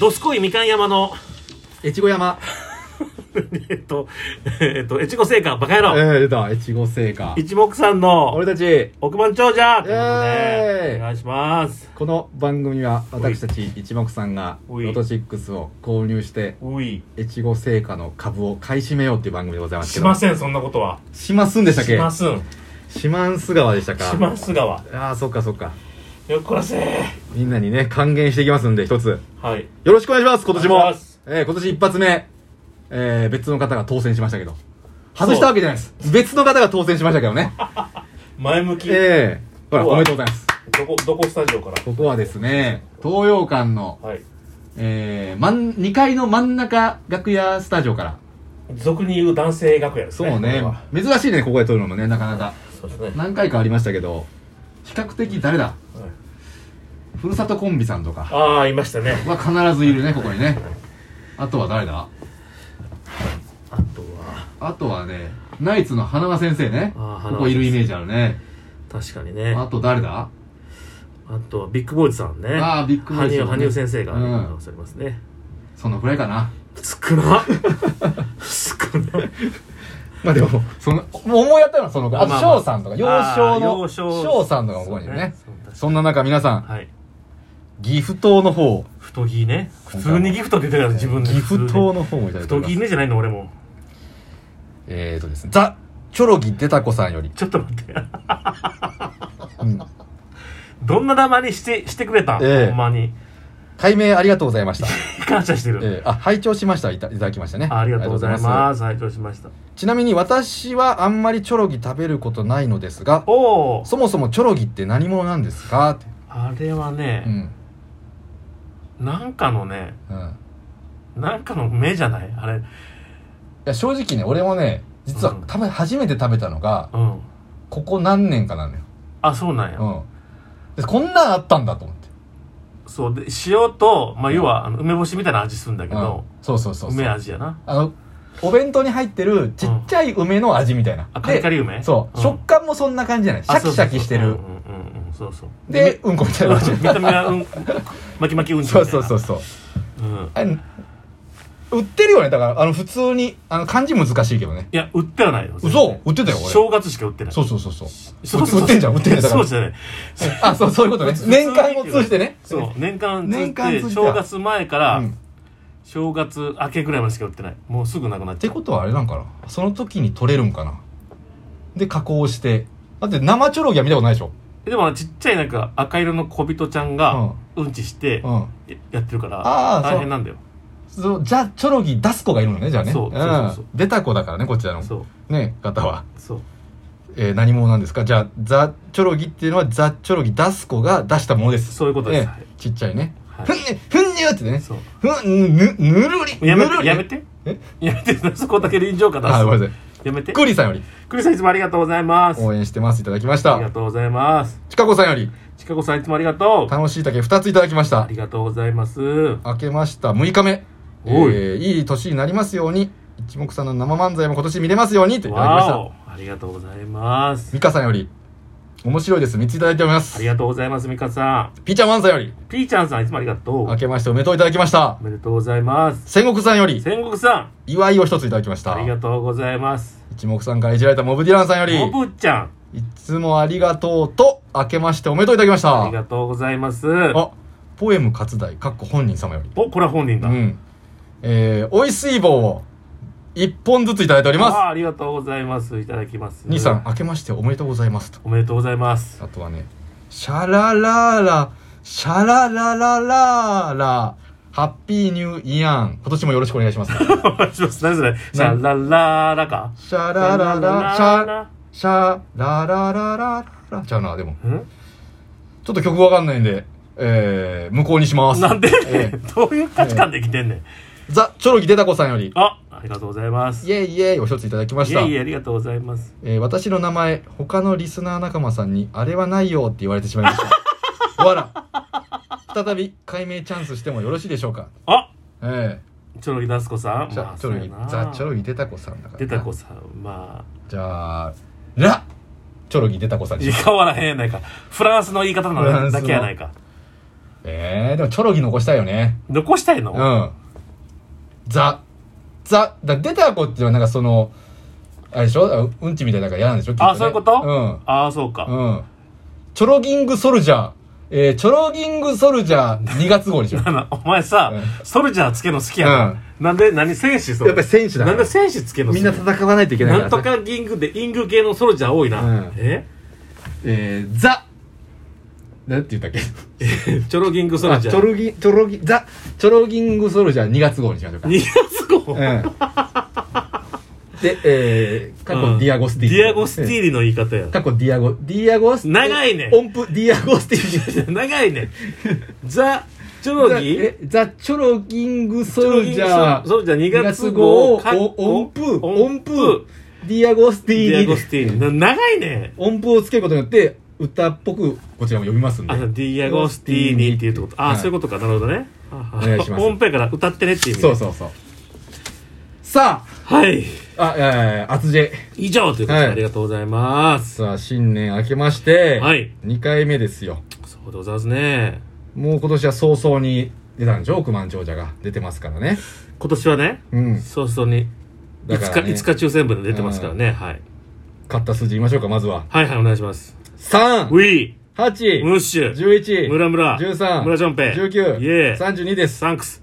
どすこいみかん山の、 越後山。えっと、えっと、越後製菓バカ野え郎、ー、出た、越後製菓。一目散の俺たち、億万長者ということイエーでイお願いします。この番組は私たち一目さんがおいロト6を購入して、うい。越後製菓の株を買い占めようっていう番組でございますけしど。ません、そんなことは。しますんでしたっしけますん。しまんす川でしたかしますがは。ああ、そっかそっか。よっこらせみんなにね、還元していきますんで、一つ。はい。よろしくお願いします、今年おも願いします。えー、今年一発目、えー、別の方が当選しましたけど。外したわけじゃないです。別の方が当選しましたけ どね。前向き。ええほら、うわおめでとうございます。どこ、どこスタジオかここはですね、東洋館の、ら。はい。えー、まん、2階の真ん中楽屋スタジオから。俗に言う男性楽屋ですそね。うこれねは。珍しいね、ここで撮るのもね、なかなか。そうですね。何回かありましたけど、比較的誰だはいふるさとコンビさんとか。ああ、いましたね。は必ずいるね、ここにね。あとは誰だあとは、あとはね、ナイツの花輪先生ね。あーここいるイメージあるね。確かにね。あと誰だあとはビッグボーイズさんね。あービッグボーイズさんね羽生羽生先生が、うんおっしゃりますね。そのくらいかな。少な少なまあでも、その、思い当たるのはそのくらいあまとあまあ翔さんとか、幼少あーの、幼少翔さんとかもここにいるねそうねそう。そんな中皆さん、はい。岐阜島の方、太着ね。普通にギフト出てるから自分で。岐阜普島通の方もいただにいて太おり着ます。ねじゃないの俺も。えーとですね、ザ・チョロギ・デタコさんより、ちょっと待って。うんどんな玉にして、してくれた、ええほんまに。解明ありがとうござい ました。感謝してる。えーあ、拝聴しました。いたいただきましたね。ありがとうございありがとうございますます。拝聴しました。ちなみに私はあんまりチョロギ食べることないのですが、おお。そもそもチョロギって何者なんですかってあれはうね、ん。なんかのね、うん。いなんかの目じゃないあれ。や、正直ね、俺もね、実はうん食べ、初めて食べたのが、うん。ここ何年かなのよ。あ、そうなんや。うん。で、こんなんあったんだと思って。そうで、塩と、まあ、要は、あの梅干しみたいな味するんだけうんど、。そうそうそうそう。梅味やな。あの、お弁当に入ってるちっちゃい梅の味みたいな。あ、カリでカリ梅そう、ん食感もそんな感じじゃない。シあャキシャキしてそうそう。そるううんうんうんうん、そうそう。で、うんこみたいみ、な見味。た目は、うん、巻き巻きうんちみたそいうな。そうそううそう。ん。あれ売ってるよねだからあの普通にあの漢字難しいけどねいや、売ってはないよ。嘘売ってたよ俺正月しか売ってない。そうそうそうそうそうそう売ってんじゃん売ってんじゃんだかそらうじゃない。あそうそういうことね年間を通してねそう、年間年間通通じて、じて正月前かうらん、っ正月明けぐらいまでしか売ってない。もうすぐなくなっちてゃう。ことはあれなんかなその時に取れるんかなで加工してだって生チョロギは見たことないでしょでも、ちっちゃいなんか赤色の小人ちゃんが、うんちしてう、んやってるから、あーそう大変なんだよ。そうじゃあチョロギ出す子がいるのねじゃあねそうそうそうそうん出た子だからねこちらのそう、ね方は、そう。えー何者なんですかじゃあザ・チョロギっていうのはザ・チョロギ出す子が出したものですそういうことですええはいちっちゃいね、はいふんねふんにゅーってねそう。ふん、ぬ、ぬるり。やめぬるて、りやめ。て。えやめて、そこだけ臨場感出す。あ、ごめんなさやめてい。。クリさんより、クリスさんいつもありがとうございます。応援してます。いただきましありがた。とうございます。ちかこさんより、ちかこさんいつもありがとう。楽しい竹2ついただきましあたり。がとうございます。明けました。6日目。えおいー、いい年になりますように、一目散の生漫才も今年見れますように、といただきましわた。お。ありがとうございます。ミカさんより、面白いです。3ついただいておりまあすり。がとうございます、みかさピーちゃんワンさんより、ん。ピーちゃんさんいつもありがとう。明けましておめでとういただきましたお。めでとうございます。戦国さんより、千国さん、祝いを1ついただきましあたり。がとうございます。一目散からいじられたモブディランさんより、おぶちゃん、いつもありがとうと、明けましておめでとういただきました。ありがとうございます。あ、ポエム活大、かっこ本人様より。お、これは本人うだ。ん。えー、おいしい棒を一本ずついただいておりあます。あ、ありがとうございます。いただきます。兄さん、。明けましておめでとうございますと。おめでとうございます。あとはね、シャラララ、シャラララララ、ハッピーニューイヤン。今年もよろしくお願い します。シお願いします。何それシャラララかャラララ、シャ、シャラララララ。ちゃうな、でも。んちょっと曲わかんないんで、えー、無効にします。なんで、えどういう価値観で来てんねん。ーザ・チョロギ・デタコさんより、あ、ありがとうございます。いイエイイエイお一ついただきました。えいえ、ありがとうございます。えー私の名前他のリスナー仲間さんに「あれはないよ」って言われてしまいました わら再び解明チャンスしてもよろしいでしょうかあ、えチョロギダスコさん。えじゃまああチョロギそうやなザ・チョロギデタコさんだからデなタコさん、まじゃあラチョロギデタコさんあ、にしよう変わらへんやないか。フランスの言い方なのだけやないか。えー、でもチョロギ残したいよね残したいの、うんザザだ出た子っていうのはなんかそのあれでしょあうんちみたいなのが嫌なんでしょきっねあそういうことうんああそうか、うん。チョロギングソルジャー。えー、チョロギングソルジャー2月号 でしょ。あのお前さ、うソルジャーつけるの好きやな、なんで何戦士それやっぱり戦士だなんで戦士つけるの好みきんな戦わないといけないなんとから。かギングでイング系のソルジャー多いな、うんえ えー、ザ。なんて言ったっけチョロギングソルあジチャョーロギ、チョロギ、ザ、チョロギングソルジャー2月号にしましょうか。 2月号、うん。で、えー、過去ディアゴスティーリ。ディアゴスティーリの言い方や過去ディアゴ、ディアゴスティ長いね音符ディアゴスティー リ。長い ねザ・チョロギえザ・チョロギングソルジャーソルジャー2 2月月号号かっこお音符音音符符ディアゴステディィアーゴニスティーリな長いね音符をつけることによって歌っぽくこちらも呼びますんであディアゴスティーニっていうってことあ、はいそういうことかなるほどねお願いします音符やから歌ってねっていう意味そうそうそうさはいああえー、厚字以上ということで、はいありがとうございますさあ新年明けまして、はい2回目ですよそうでございますねもう今年は早々に出たんでしょ億万長者が出てますからね今年はねうん早々にだ5から日ね5日抽選分で出てますからね、はい、買った数字言いましょうかまずははいはいお願いします3ウィーム8ッシュ11ムラムラ13ムラジョンペ19イエー三32ですサンクス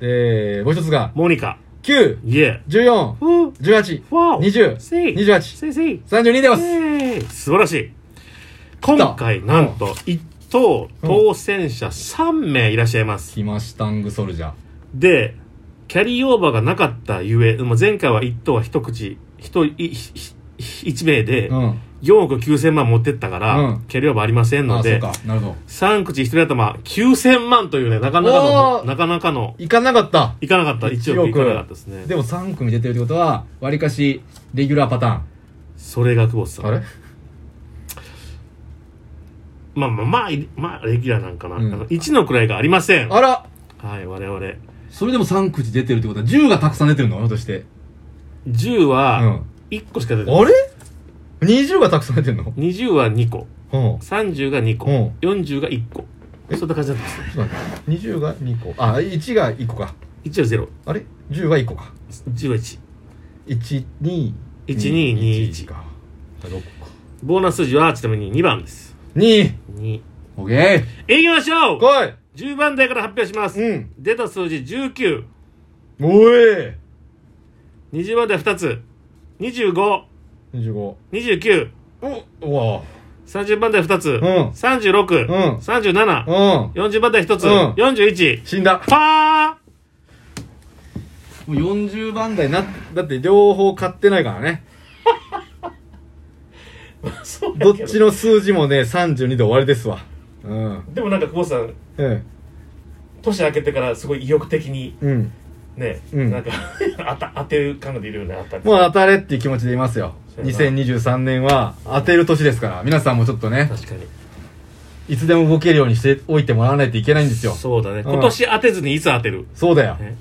えー、もう一つが、モニカ9、イエ14、ーウー18、わお20、せい28、せいせい32でます。えー素晴らしい今回なんと1等当選者3名いらっしゃいます来ましたングソルジャー。でキャリーオーバーがなかったゆえもう前回は1等は一口一いひひ一名でうん。 4億9000万持ってったから、うんキャリーオーバーありませんのあ、そうでか。なるほど。 3口1人頭9000万というねなかなかおのーなかなかの行かなかった。いかなかった1億いかなかったですねでも3組出てるってことは、わりかし、レギュラーパタそれが久保田さんーン。あれまあまあまあいまあレギュラーなんかな、うんあの1の位がありませんはあらい我々それでも3口出てるってことは、10がたくさん出てるのとして。 10うん。はあ1個しか出てない、れ ?20 がたくさん出てるの20は2個うん。 30が2個、うん40が1個そんな感じだったんですねちょっと待って20が2個。あ、1が1個か。 1は0あれ ?10 が1個か。 10は1 1、2、 1221か。6個。ボーナス数字はちなみに2番です2 2オッケいきましょーう来い10番台から発表します、うん出た数字1920おえ番台2つ252930 25おうわ番台2つ、36、んうん37、うん40番台1つ、うん41死んだパもう40番台なだって両方買ってないからねーそうどっちの数字もね32で終わりですわうんでもなんか久保田さんえ年明けてからすごい意欲的にえうんね、うんなんか 当た当てる感が出るよね当たるもう当たれっていう気持ちでいますよそうやな2023年は当てる年ですから皆さんもちょっとね確かにいつでも動けるようにしておいてもらわないといけないんですよそうだね、うん今年当てずにいつ当てるそうだよね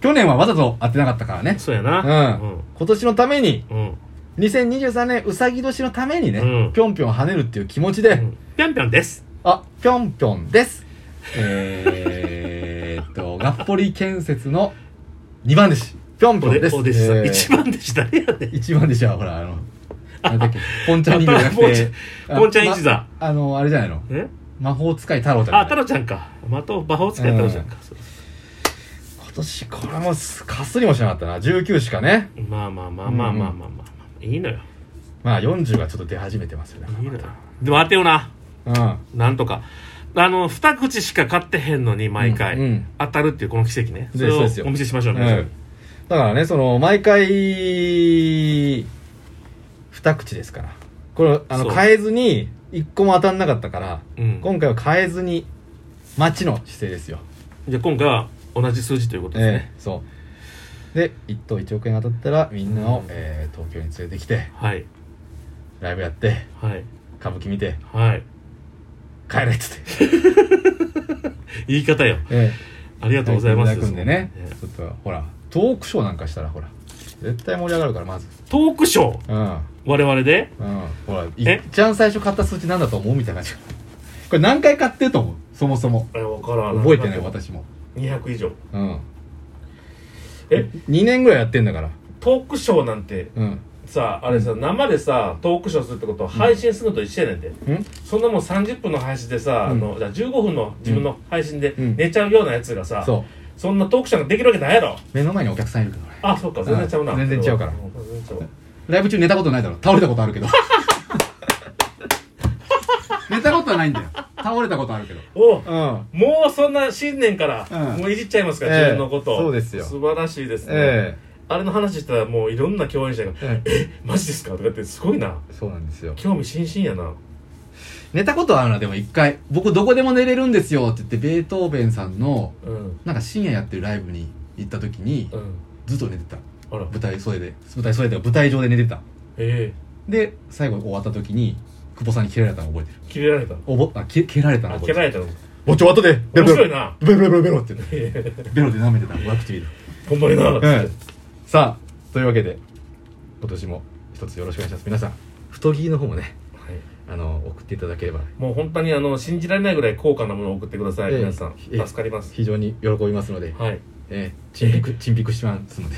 去年はわざと当てなかったからねそうやうなん今年のためにうんうん2023年うさぎ年のためにね、うんぴょんぴょん跳ねるっていう気持ちで、うんぴょんぴょんですあぴょんぴょんですえーっと がっぽり建設の2番弟子ぴょんぴょんですお弟子さん、えー一番弟子誰やねん一番弟子はほらあのなんだっけポンちゃん人形じゃなくてあポンちゃんポンちゃん一座あまあのあれじゃないのえ魔法使い太郎じゃあない太郎ちゃんかまと魔法使い太郎ちゃんか、そう今年これもすかすりもしなかったな19しかねまあまあまあまあまあまあまあ、まあ、いいのよまあ40がちょっと出始めてますよねいいのよでも当てようなうんなんとかあの二口しか買ってへんのに毎回、うんうん当たるっていうこの奇跡ねでそれをそうですよお見せしましょうね、うんだからねその毎回二口ですからこれあそのう変えずに一個も当たんなかったから、うん今回は変えずに待ちの姿勢ですよ、じゃあ今回は同じ数字ということですえね、えそうで一等一億円当たったらみんなを、えー東京に連れてきてはいライブやってはい歌舞伎見てはい帰れっつって、言い方よええありがとうございますライブ組んでねそのねちょっとほらトークショーなんかしたらほら絶対盛り上がるからまずトークショーうん我々でうん、ほらいえっちゃん最初買った数値なんだと思うみたいな感じこれ何回買ってると思うそもそもえ分からん覚えてない私も200以上うんえ2年ぐらいやってんだからトークショーなんてうんさあれさ生でさトークショーするってことは配信するのと一緒やねんて、うんそんなもん30分の配信でさ、うんあのじゃあ15分の自分の配信でうん寝ちゃうようなやつがさ、そうそんなトークショーができるわけないやろ目の前にお客さんいるから俺あそっか全然ちゃうな、うん全然ちゃうからん全然ちゃうライブ中寝たことないだろ倒れたことある けど寝たことはないんだよ倒れたことあるけどおうんもうそんな新年から、うんもういじっちゃいますから、ええ自分のことそうですよ素晴らしいですね、えあれの話したらもういろんな共演者がえええ「マジですか?」とかってすごいなそうなんですよ興味津々やな寝たことあるなでも一回僕どこでも寝れるんですよって言ってベートーベンさんのうんなんか深夜やってるライブに行った時にうんずっと寝てたあら舞台袖で舞台袖で舞台上で寝てたえで最後終わった時に久保さんに蹴られたの覚えてるえ切れられたおぼあ蹴蹴られたのあ覚蹴えてらるれたのおちょ後でベ面ロベ白いロなベロベロベロって言ってベロで舐めてた上唇ほんまにな、うんさあというわけで今年も一つよろしくお願いします皆さん太着の方もねはいあの送っていただければもう本当にあの信じられないぐらい高価なものを送ってください、ええ皆さんええ助かります、非常に喜びますので はいえー、チンピク、チンピクしますので。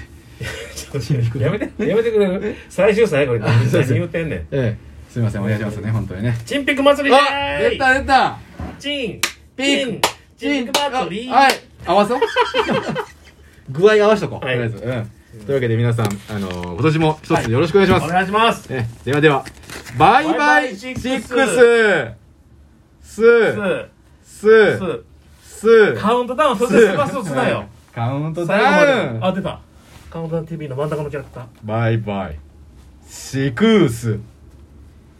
ちょっとやめてやめてくれる最終最後にあそうで何す言うてんねんえー、すみません、お願いしますね、本当にね。チンピク祭りであー出た出たチンピチンンチンピク祭りあはい合わ そう具合合わしとこう、はいとりあえず。うん。というわけで皆さん、あのー、今年も一つよろしくお願いします。お願いしますえーではでは、バイババイバイイシシッッククスススーすスーすスーカウントダウンそれで済ますとすなよ。カウント最後ダウまンであ出たカウントダウン TV の真ん中のキャラクターバイバイシックス